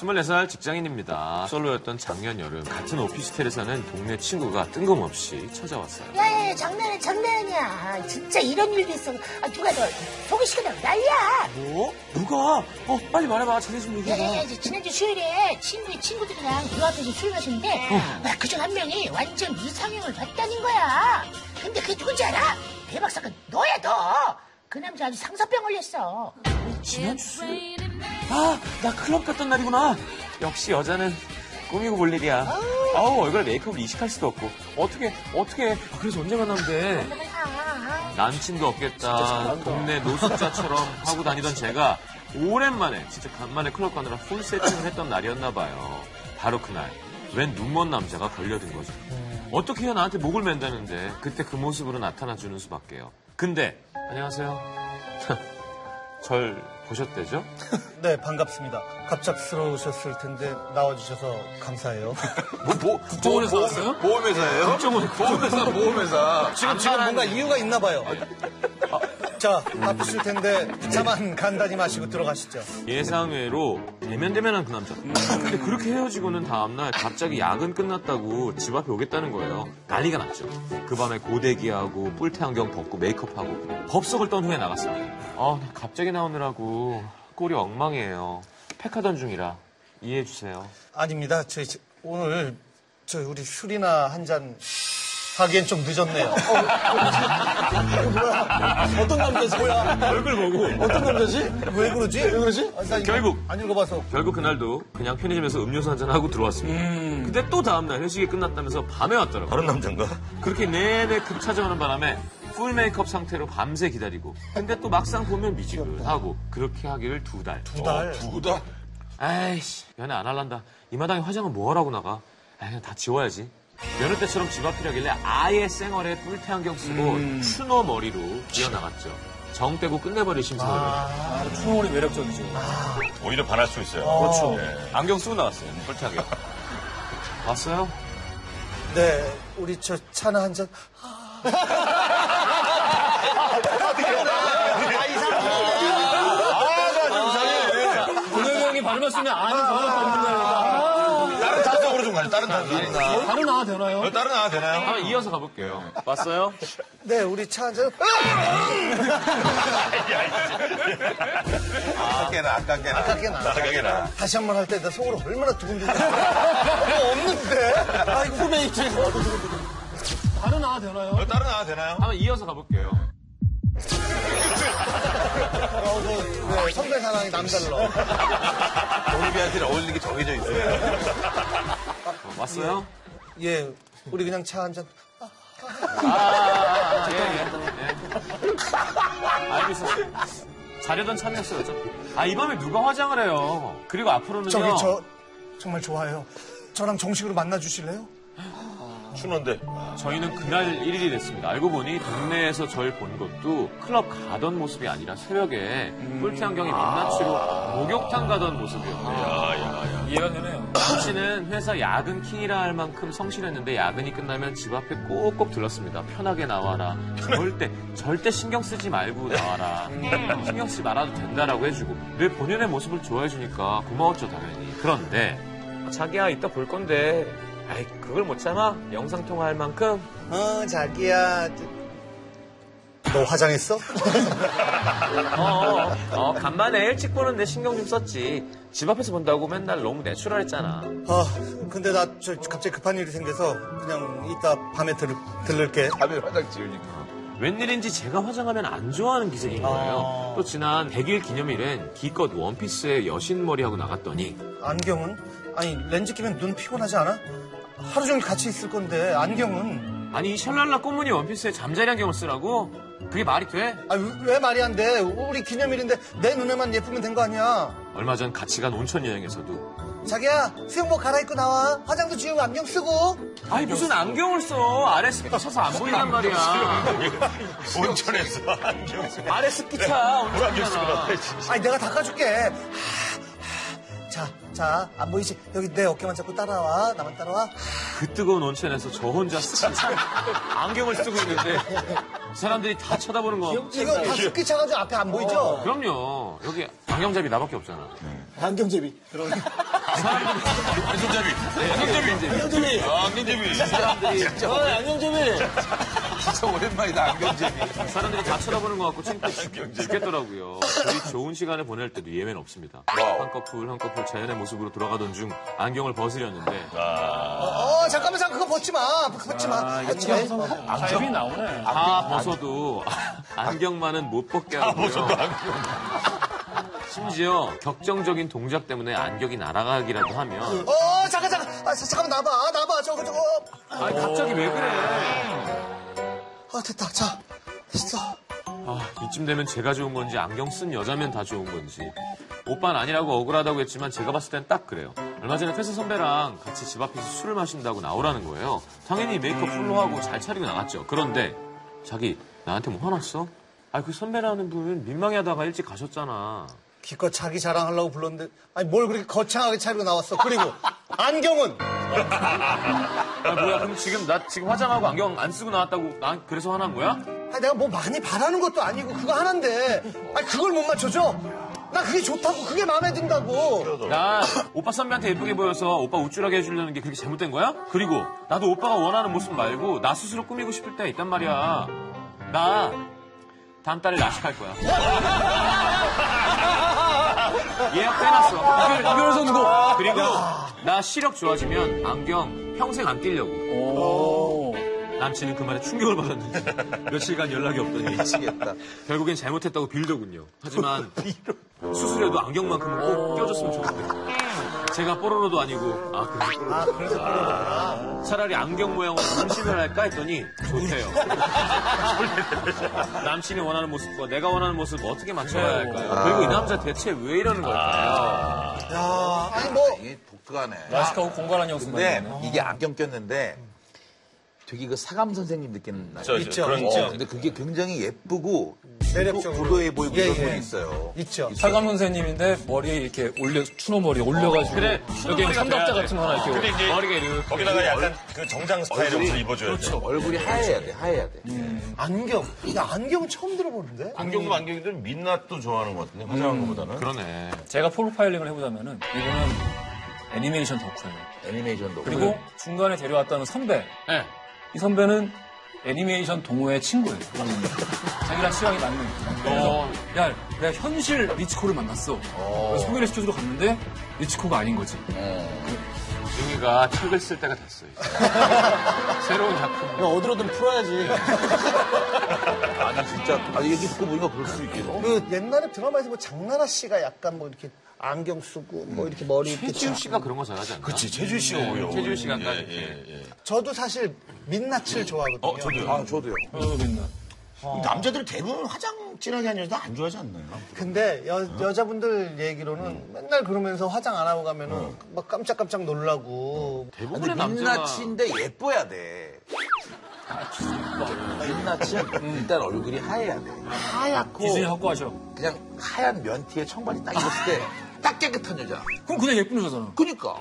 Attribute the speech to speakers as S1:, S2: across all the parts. S1: 24살 직장인입니다. 솔로였던 작년 여름 같은 오피스텔에 사는 동네 친구가 뜬금없이 찾아왔어요.
S2: 야야야 장난이 장난이야 아, 진짜 이런 일도 있어 아, 누가 널 소개시켜달라 난리야
S1: 뭐? 누가? 어 빨리 말해봐. 자네 좀
S2: 야야야 이제 지난주 수요일에 친구 친구들이랑 교 앞에서 술 마시는데 막 그중 한 명이 완전 이상형을 봤다는 거야 근데 그게 누군지 알아? 대박사건 너야 너그 남자 아주 상사병 걸렸어
S1: 네. 지난주스? 아, 나 클럽 갔던 날이구나. 역시 여자는 꾸미고 볼 일이야. 아우 얼굴에 메이크업을 이식할 수도 없고 어떻게 어떻게 아, 그래서 언제 만났는데
S2: 아,
S1: 남친도 없겠다 동네 노숙자처럼 하고 다니던 제가 오랜만에 진짜 간만에 클럽 가느라 풀 세팅을 했던 날이었나 봐요 바로 그날 웬 눈먼 남자가 걸려든 거죠 어떻게 해야 나한테 목을 맨다는데 그때 그 모습으로 나타나 주는 수밖에요 근데 안녕하세요 절 보셨대죠?
S3: 네, 반갑습니다. 갑작스러우셨을 텐데 나와주셔서 감사해요.
S4: 뭐, 보,
S1: 국정원에서 왔어요?
S4: 보험회사예요?
S1: 국정원.
S4: 보험회사, 보험회사.
S3: 지금, 지금 뭔가 이유가 있나 봐요. 아, 네. 자, 바쁘실 텐데 차만 간단히 마시고 들어가시죠.
S1: 예상외로 대면대면한 그 남자. 근데 그렇게 헤어지고는 다음날 갑자기 야근 끝났다고 집 앞에 오겠다는 거예요. 난리가 났죠. 그 밤에 고데기하고 뿔테 안경 벗고 메이크업하고 법석을 떤 후에 나갔습니다. 아, 나 갑자기 나오느라고 꼴이 엉망이에요. 팩하던 중이라 이해해주세요.
S3: 아닙니다. 저희 지- 오늘 저 우리 술이나 한 잔 하기엔 좀 늦었네요. 어, 뭐야? 어떤 남자지? 뭐야?
S1: 얼굴 보고.
S3: 어떤 남자지? 왜 그러지? 왜 그러지? 아, 나 이거
S1: 결국.
S3: 안 읽어봐서
S1: 결국 그날도 그냥 편의점에서 음료수 한잔 하고 들어왔습니다. 근데 또 다음날 회식이 끝났다면서 밤에 왔더라고요.
S4: 다른 남잔가?
S1: 그렇게 내내 급 찾아오는 바람에 풀 메이크업 상태로 밤새 기다리고 근데 또 막상 보면 미지근하고 그렇게 하기를 두 달.
S3: 두 달.
S4: 누구다?
S1: 아이씨 연애 안 할란다. 이 마당에 화장은 뭐하라고 나가. 아 그냥 다 지워야지. 여느 때처럼 집 앞이라길래 아예 쌩얼에 뿔테 안경 쓰고 추노 머리로 뛰어나갔죠. 정 떼고 끝내버릴 심사를.
S5: 충분히 매력적이죠.
S4: 오히려 반할 수 있어요.
S3: 그렇죠.
S1: 안경 쓰고 나갔어요. 뿔테 안경. 왔어요?
S3: 네, 우리 저 차나 한 잔.
S5: 동현이 형이 발음을 쓰면 아는 전혀 없는 날이다.
S4: 다른 단적으로 좀 가죠. 다른 단적.
S5: 바로 나와 되나요?
S4: 다른 하나 되나요?
S1: 한번 이어서 가볼게요. 왔어요?
S3: 네, 우리 차 한 잔.
S4: 아깝게 나, 아깝게 나.
S3: 아깝게 나.
S4: 아깝게 나.
S3: 다시 한 번 할 때 나 속으로 얼마나 두근두근. 뭐 없는데. 아이고 네, 후배 입장에서.
S5: 바로 나와 되나요?
S4: 어, 다른 하나 되나요?
S1: 한번 이어서 가볼게요.
S3: 어, 그, 네, 선배 사랑이 남달러.
S4: 올리비한테는 어울리는 게 정해져 있어요.
S1: 어, 왔어요?
S3: 예, 우리 그냥 차 한 잔.
S1: 예, 예. 예. 알고 있었어요. 자려던 참이었어요, 어차피. 아, 이 밤에 누가 화장을 해요? 그리고 앞으로는요.
S3: 저기 저 정말 좋아해요. 저랑 정식으로 만나 주실래요?
S4: 추는데.
S1: 희는 그날 1일이 됐습니다. 알고 보니 동네에서 절 본 것도 클럽 가던 모습이 아니라 새벽에
S3: 음.
S1: 뿔테 안경이
S3: 아.
S1: 민낯으로 목욕탕 가던 모습이었대요.
S5: 이해가 되네요.
S1: 당신은 회사 야근 킹이라 할 만큼 성실했는데 야근이 끝나면 집 앞에 꼭꼭 들렀습니다. 편하게 나와라. 절대 절대 신경 쓰지 말고 나와라. 신경 쓰지 말아도 된다라고 해주고 내 본연의 모습을 좋아해주니까 고마웠죠 당연히. 그런데 아, 자기야 이따 볼 건데 아이 그걸 못 참아 영상 통화할 만큼
S3: 어, 자기야. 너 화장했어?
S1: 어, 어, 어, 간만에 일찍 보는데 신경 좀 썼지. 집 앞에서 본다고 맨날 너무 내추럴했잖아.
S3: 아, 근데 나 저 갑자기 급한 일이 생겨서 그냥 이따 밤에 들, 들를게.
S4: 밤에 화장 지우니까.
S1: 웬일인지 제가 화장하면 안 좋아하는 기색인 거예요. 또 지난 100일 기념일엔 기껏 원피스에 여신 머리하고 나갔더니
S3: 안경은? 아니, 렌즈 끼면 눈 피곤하지 않아? 하루 종일 같이 있을 건데, 안경은?
S1: 아니 이 샬랄라 꽃무늬 원피스에 잠자리 안경을 쓰라고? 그게 말이 돼?
S3: 아, 왜 말이 안 돼? 우리 기념일인데 내 눈에만 예쁘면 된 거 아니야? 얼마 전 같이 간 온천 여행에서도 자기야, 수영복 갈아입고 나와. 화장도 지우고 안경 쓰고.
S1: 아니 무슨 안경을 써? 아래 스키 쳐서 안 보인단 말이야.
S4: 온천에서 안경 쓰고.
S1: 아래 스키 차.
S4: 물 안경 쓰고
S1: 엄청나잖아.
S4: 나와, 진짜.
S3: 아니, 내가 닦아줄게. 하, 하. 자, 자, 안 보이지? 여기 내 어깨만 잡고 따라와. 나만 따라와.
S1: 그 뜨거운 온천에서 저 혼자 스키 안경을 쓰고 있는데 사람들이 다 쳐다보는 거.
S3: 이거 다 습기 차가지고 앞에 안 보이죠?
S1: 그럼요. 여기 어, 안경잡이 나밖에 없잖아.
S3: 안경제비. 그럼.
S4: 안경잡이. 안경잡이. 안경잡이. 사람들이.
S5: 어, 안경재미.
S4: 진짜 오랜만이다, 안경잡이.
S1: 사람들이 다 쳐다보는 것 같고 친구 죽겠더라고요. 둘이 좋은 시간을 보낼 때도 예외는 없습니다. 한 커플 한 커플 자연의 모습으로 돌아가던 중 안경을 벗으려는데
S3: 어, 잠깐만, 잠깐 그거 벗지 마. 그거 벗지
S1: 아,
S3: 마. 벗지 마.
S5: 재미 나오네.
S1: 다 벗어도 안경만은 못 벗게 하고요. 심지어 격정적인 동작 때문에 안경이 날아가기라도 하면
S3: 어, 잠깐, 잠깐. 아, 자, 잠깐만, 나봐. 나봐. 저거, 저거.
S1: 아니, 갑자기 왜 그래?
S3: 아, 됐다. 자, 됐어.
S1: 아, 이쯤 되면 제가 좋은 건지 안경 쓴 여자면 다 좋은 건지 오빠는 아니라고 억울하다고 했지만 제가 봤을 땐 딱 그래요. 얼마 전에 회사 선배랑 같이 집 앞에서 술을 마신다고 나오라는 거예요. 당연히 메이크업 풀로 하고 잘 차리고 나갔죠. 그런데 자기 나한테 뭐 화났어? 아 그 선배라는 분 민망해하다가 일찍 가셨잖아.
S3: 기껏 자기 자랑하려고 불렀는데, 아니, 뭘 그렇게 거창하게 차리고 나왔어. 그리고, 안경은?
S1: 아 뭐야 그럼 지금 나 지금 화장하고 안경 안 쓰고 나왔다고 난 그래서 화난 거야?
S3: 아니, 내가 뭐 많이 바라는 것도 아니고, 그거 하나인데. 아니, 그걸 못 맞춰줘? 나 그게 좋다고, 그게 마음에 든다고.
S1: 난 오빠 선배한테 예쁘게 보여서 오빠 우쭐하게 해주려는 게 그렇게 잘못된 거야? 그리고 나도 오빠가 원하는 모습 말고 나 스스로 꾸미고 싶을 때가 있단 말이야. 나 다음 달에 라식할 거야. 예약해놨어. 이별, 이별 선고. 그리고 나 시력 좋아지면 안경 평생 안 끼려고.
S5: 오.
S1: 남친은 그 말에 충격을 받았는지 며칠간 연락이 없더니
S4: 미치겠다.
S1: 결국엔 잘못했다고 빌더군요. 하지만 수술에도 안경만큼은 꼭 껴줬으면 좋겠네요. 제가 뽀로로도 아니고 아 그래서 뽀로로. 차라리 안경 모양으로 문신을 할까 했더니 좋대요. 남친이 원하는 모습과 내가 원하는 모습 어떻게 맞춰야
S5: 네.
S1: 할까요?
S5: 아.
S1: 그리고 이 남자 대체 왜 이러는 걸까요?
S3: 야, 아니, 뭐.
S4: 이게 독특하네.
S5: 라식하고 공갈한 형수
S6: 근데 네, 이게 안경 꼈는데 되게 그 사감 선생님 느낌 나요.
S4: 저, 저,
S3: 있죠.
S4: 그런
S6: 어,
S4: 거.
S6: 근데 그게 굉장히 예쁘고
S3: 매력적으로.
S6: 도- 도도해 보이고
S3: 예,
S6: 이런 분이
S3: 예.
S6: 있어요.
S3: 있죠.
S5: 사감 선생님인데 머리에 이렇게 올려 추노머리 올려가지고
S1: 그래,
S5: 여기
S1: 추노머리가
S5: 삼각자
S1: 돼야 돼.
S5: 같은 거 하나
S4: 근데
S5: 이렇게
S4: 이제
S1: 머리가 이렇게
S4: 거기다가 그렇죠. 약간 그 정장 스타일의 옷을 입어줘야 돼.
S6: 얼굴이 하얘야 돼, 하얘야 돼.
S3: 안경. 야, 안경 처음 들어보는데?
S4: 안경도 안경인데 민낯도 좋아하는 것 같은데 화장한 것보다는.
S1: 그러네.
S5: 제가 프로파일링을 해보자면은 이거는 애니메이션 덕후예요.
S6: 애니메이션도.
S5: 그리고 중간에 데려왔다는 선배
S1: 네.
S5: 이 선배는 애니메이션 동호회 친구예요. 자기랑 취향이 맞는.
S1: 어.
S5: 그래서 야, 내가 현실 리치코를 만났어. 그래서 소개를 시켜주러 갔는데 리치코가 아닌 거지.
S1: 중이가 책을 쓸 때가 됐어요. 새로운 작품.
S6: 아니 진짜 아 얘기 듣고 보니까 그럴 수 있겠어.
S3: 그 옛날에 드라마에서 뭐 장나라 씨가 약간 뭐 이렇게 안경 쓰고 뭐 이렇게 머리 이렇게
S1: 최지우
S3: 쫙.
S1: 씨가 그런 거 잘하지 않나?
S4: 그치, 최준 씨가 오히려.
S1: 최준 씨가 아까
S4: 예,
S1: 이렇게.
S4: 예, 예.
S3: 저도 사실 민낯을 좋아하거든요.
S4: 어, 저도요.
S6: 아 저도요.
S5: 어, 맨날.
S6: 남자들은 대부분 화장 진하게 하는 여자 안 좋아하지 않나요?
S3: 근데 여, 여자분들 얘기로는 맨날 그러면서 화장 안 하고 가면은 막 깜짝깜짝 놀라고.
S1: 대부분의
S6: 근데
S1: 남자가
S6: 민낯인데 예뻐야 돼. 민낯은 일단 얼굴이 하얘야 돼. 하얗고
S5: 디즈니 하고 하셔.
S6: 그냥 하얀 면티에 청바지 딱 입었을 때 딱 깨끗한 여자.
S5: 그럼 그냥 예쁜 여자잖아.
S6: 그니까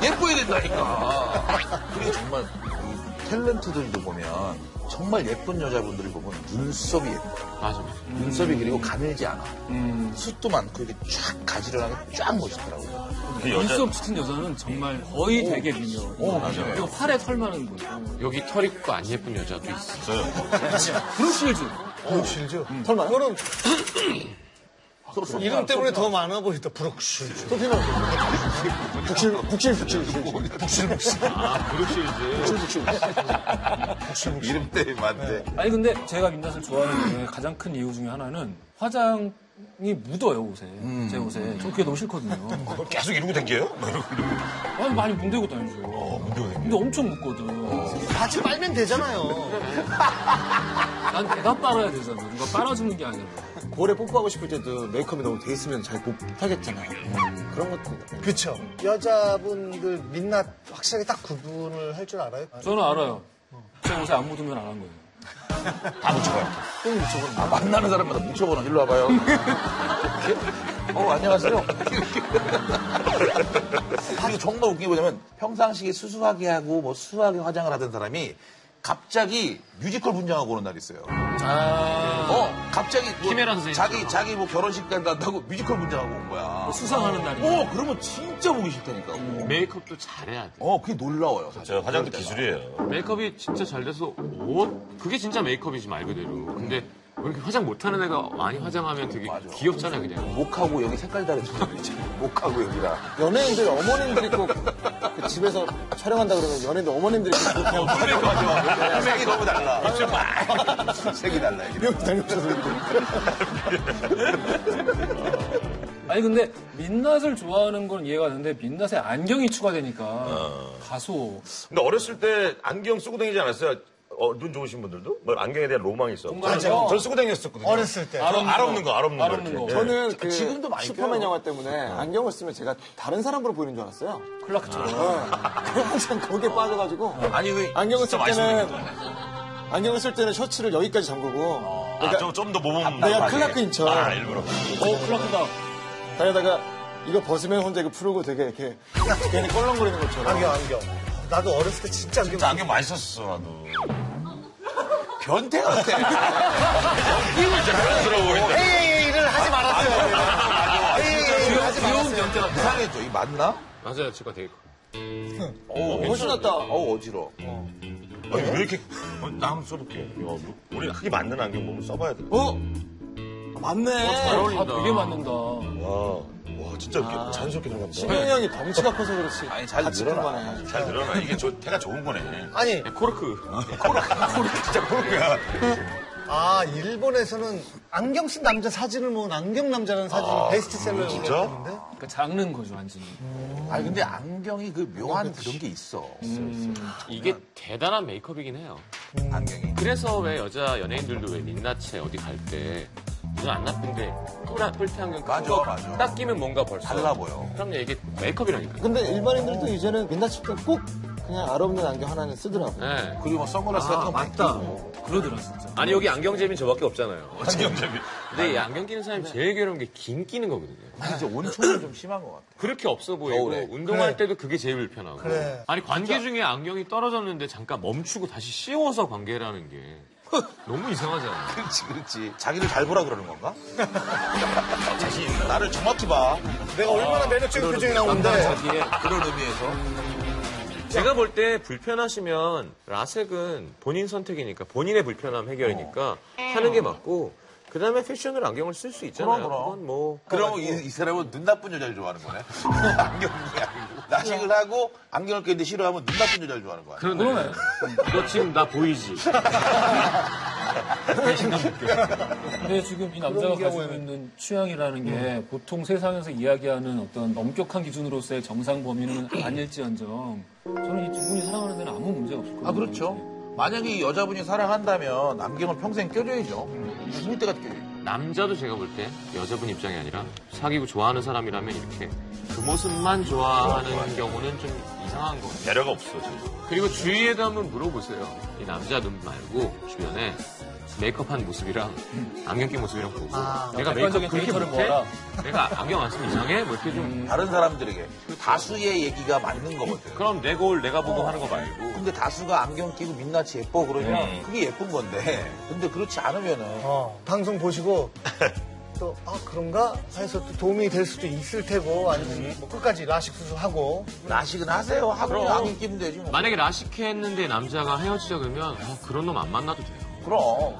S6: 예뻐야 된다니까 예뻐야 된다니까 그리고 정말 이 탤런트들도 보면 정말 예쁜 여자분들을 보면 눈썹이 예뻐
S1: 맞아.
S6: 눈썹이 그리고 가늘지 않아 숱도 많고 이렇게 쫙 가지런하게 쫙 멋있더라고요
S4: 그 여자.
S5: 눈썹 짙은 여자는 정말 거의 되게 미녀. 어, 맞아요. 이거 팔에 털 많은 거예요.
S1: 여기 털 있고 안 예쁜 여자도 있어.
S5: 브루실즈.
S3: 브룩실즈. 설마. 그거는 이름 때문에 더 많아 보이다. 브룩실즈. 소피는 북실, 북실, 북실, 북실. 북실, 북실.
S6: 이름 때문에 맞대
S5: 아니 근데 제가 민낯을 좋아하는 이유의 가장 큰 이유 중에 하나는 화장이 묻어요 옷에 제 옷에 저 그게 너무 싫거든요
S4: 그걸 계속 이러고 댕겨요? 막 이러고
S5: 아니 많이 어, 문대고 다니죠 근데 엄청 묻거든
S3: 같이 빨면 되잖아요.
S5: 난 내가 빨아야 되잖아 누가 빨아주는 게 아니라
S7: 볼에 뽀뽀하고 싶을 때도 메이크업이 너무 돼 있으면 잘 못하겠잖아요.
S6: 음.
S7: 그런 것도
S3: 그쵸. 여자분들 민낯 확실하게 딱 구분을 할 줄 알아요?
S5: 저는 알아요 제 옷에 안 묻으면 안 한 거예요
S6: 아, 만나는 사람마다 뭉쳐보는 일로 와봐요 이렇게? 어 안녕하세요 하기 정말 웃긴 게 뭐냐면 평상시에 수수하게 하고 뭐 수수하게 화장을 하던 사람이 갑자기 뮤지컬 분장하고 오는 날이 있어요
S5: 아
S6: 어, 갑자기 뭐
S1: 김혜란 선생님.
S6: 자기 자기 뭐 결혼식 간다고 뮤지컬 분장하고 온 거야.
S5: 수상하는 날이.
S6: 어 그러면 진짜 보기 싫다니까.
S5: 그
S1: 메이크업도 잘해야 돼.
S6: 어 그게 놀라워요. 사실.
S4: 저 화장도
S6: 그럴 때가.
S4: 기술이에요.
S1: 메이크업이 진짜 잘 돼서 옷 그게 진짜 메이크업이지 말 그대로. 근데 왜 이렇게 화장 못하는 애가 많이 화장하면 되게 귀엽잖아 그냥.
S6: 목하고 여기 색깔 다른 친구들 있잖아. 목하고 여기랑.
S7: 연예인들 어머님들이 꼭그 집에서 촬영한다 그러면 연예인들 어머님들이 꼭
S6: 색이 너무 달라. 색이 달라. 이게.
S7: 여기 다녀오셔서
S5: 아니 근데 민낯을 좋아하는 건 이해가 되는데 민낯에 안경이 추가되니까 다소
S4: 근데 어렸을 때 안경 쓰고 다니지 않았어요? 어, 눈 좋으신 분들도? 뭐 안경에 대한 로망이 있어.
S5: 맞아요.
S4: 전 쓰고 다녔었거든요.
S3: 어렸을 때.
S4: 저는 알 없는 거, 알 없는 거.
S5: 알 없는
S4: 이렇게.
S5: 거.
S4: 예.
S7: 저는 그
S6: 지금도 많이
S7: 슈퍼맨
S6: 껴요.
S7: 영화 때문에 안경을 쓰면 제가 다른 사람으로 보이는 줄 알았어요.
S5: 클락처럼.
S7: 네. 그래서 항상 거기에 빠져가지고
S6: 아니 왜
S7: 안경을
S4: 진짜
S7: 쓸
S4: 맛있는
S7: 때는 안경을 쓸 때는 셔츠를 여기까지 잠그고
S4: 아, 좀더 모범.
S7: 그러니까 내가 클라크 인천.
S4: 아, 일부러.
S5: 어 클락이다.
S7: 다니다가 이거 벗으면 혼자 이거 풀고 되게 이렇게 괜히 껄렁거리는 것처럼
S3: 안경, 안경. 나도 어렸을 때 진짜 안경.
S4: 진짜 안경 많이 썼었어, 나도.
S6: 변태 같아.
S4: 자연스러워 보인다.
S3: 회의를 하지 말았어요. 회의를 하지 말았어요.
S6: 이상해져. 이 맞나?
S1: 맞아요, 제가 되게.
S6: 어,
S7: 훨씬 낫다.
S6: 어우 어지러. 워
S4: 아니, 왜 이렇게. 어, 나 한번 써볼게. 이거 뭐, 우리 크게 맞는 안경 몸을 써봐야 돼.
S7: 어? 맞네.
S6: 아,
S1: 잘
S6: 그러니까.
S1: 어울린다.
S5: 다 되게 맞는다.
S4: 아, 와, 와, 진짜 이렇게 자연스럽게 들어간다.
S7: 아, 신영이 형이 덩치가 커서 그렇지.
S6: 아니, 잘
S7: 같이 큰
S6: 늘어나.
S7: 거네.
S4: 잘 늘어나. 이게 저, 태가 좋은 거네.
S3: 아니,
S1: 코르크.
S4: 진짜 그런 거야.
S3: 아, 일본에서는 안경 쓴 남자 사진을 모은 안경 남자라는 사진이 베스트셀러였는데.
S4: 아, 진짜?
S5: 그러니까 작는 거죠 완전히.
S6: 아니 근데 안경이 그 묘한 그런 게 있어.
S1: 이게 대단한 메이크업이긴 해요.
S6: 안경이.
S1: 그래서 왜 여자 연예인들도 왜 민낯에 어디 갈 때 눈 안 나쁜데 폴라 폴테 안경
S6: 맞아,
S1: 낀거
S6: 맞아.
S1: 딱 끼면 뭔가 벌써
S6: 달라 보여.
S1: 그럼요 이게 메이크업이라니까.
S7: 근데 일반인들도 이제는 민낯 칠때꼭 그냥 알 없는 안경 하나는 쓰더라고.
S1: 네.
S6: 그리고 뭐 선글라스 같은 거 맞다.
S5: 그러더라 진짜.
S1: 아니 여기 안경잼이 저밖에 없잖아요.
S4: 지금 재미.
S1: 근데 이 안경 끼는 사람이 제일 괴로운 게 긴 끼는 거거든요.
S6: 이제 온천은 좀 심한 것 같아.
S1: 그렇게 없어 보이고
S6: 겨울에.
S1: 운동할 때도 그게 제일 불편하고
S3: 그래.
S1: 아니 관계 중에 안경이 떨어졌는데 잠깐 멈추고 다시 씌워서 관계라는 게 너무 이상하잖아
S6: 그렇지, 그렇지. 자기를 잘 보라 그러는 건가? 자신 있나? 나를 정확히 봐.
S3: 내가 얼마나 매력적인 표정이 나오는데.
S6: 자기의 그런 의미에서.
S1: 제가 볼 때 불편하시면 라섹은 본인 선택이니까 본인의 불편함
S6: 어.
S1: 해결이니까 하는 게 맞고 그 다음에 패션으로 안경을 쓸 수 있잖아요
S6: 그럼, 그럼.
S1: 건뭐
S6: 그럼 이, 이 사람은 눈 나쁜 여자를 좋아하는 거네. 안경이 아니고. 나식을 하고 안경을 꼈는데 싫어하면 눈 나쁜 여자를 좋아하는 거야.
S1: 그러네 너 지금 나 보이지?
S5: 근데 지금 이 남자가 가지고 있는 취향이라는 게 보통 세상에서 이야기하는 어떤 엄격한 기준으로서의 정상 범위는 아닐지언정 저는 이 두 분이 사랑하는 데는 아무 문제가 없을 거예요.
S6: 아, 그렇죠. 만약에 이 여자분이 사랑한다면 안경을 평생 껴줘야죠. 죽을 때까지 껴줘야죠.
S1: 남자도 제가 볼 때 여자분 입장이 아니라 사귀고 좋아하는 사람이라면 이렇게 그 모습만 좋아하는 경우는 좀 이상한 거 같아요
S4: 배려가 없어, 지금.
S1: 그리고 주위에도 한번 물어보세요. 이 남자 눈 말고 주변에 메이크업한 모습이랑 안경 낀 모습이랑 보고 내가 메이크업
S5: 아, 객관적인
S1: 그렇게
S5: 데이터를
S1: 못해?
S5: 모아라.
S1: 내가 안경 안 쓰면 이상해? 뭐 이렇게 좀
S6: 다른 사람들에게 그 다수의 얘기가 맞는 거거든.
S1: 그럼 내 거울 내가 보고 하는 거 말고
S6: 근데 다수가 안경 끼고 민낯이 예뻐 그러면
S1: 음.
S6: 그게 예쁜 건데. 근데 그렇지 않으면은
S3: 어, 방송 보시고 또, 아, 그런가? 해서 또 도움이 될 수도 있을 테고, 아니면 뭐 끝까지 라식 수술하고.
S6: 나식은 하세요. 하고
S1: 그럼.
S6: 안경 끼면 되지. 뭐.
S1: 어, 만약에 라식해 했는데 남자가 헤어지자 그러면 아, 그런 놈 안 만나도 돼요.
S6: 그럼.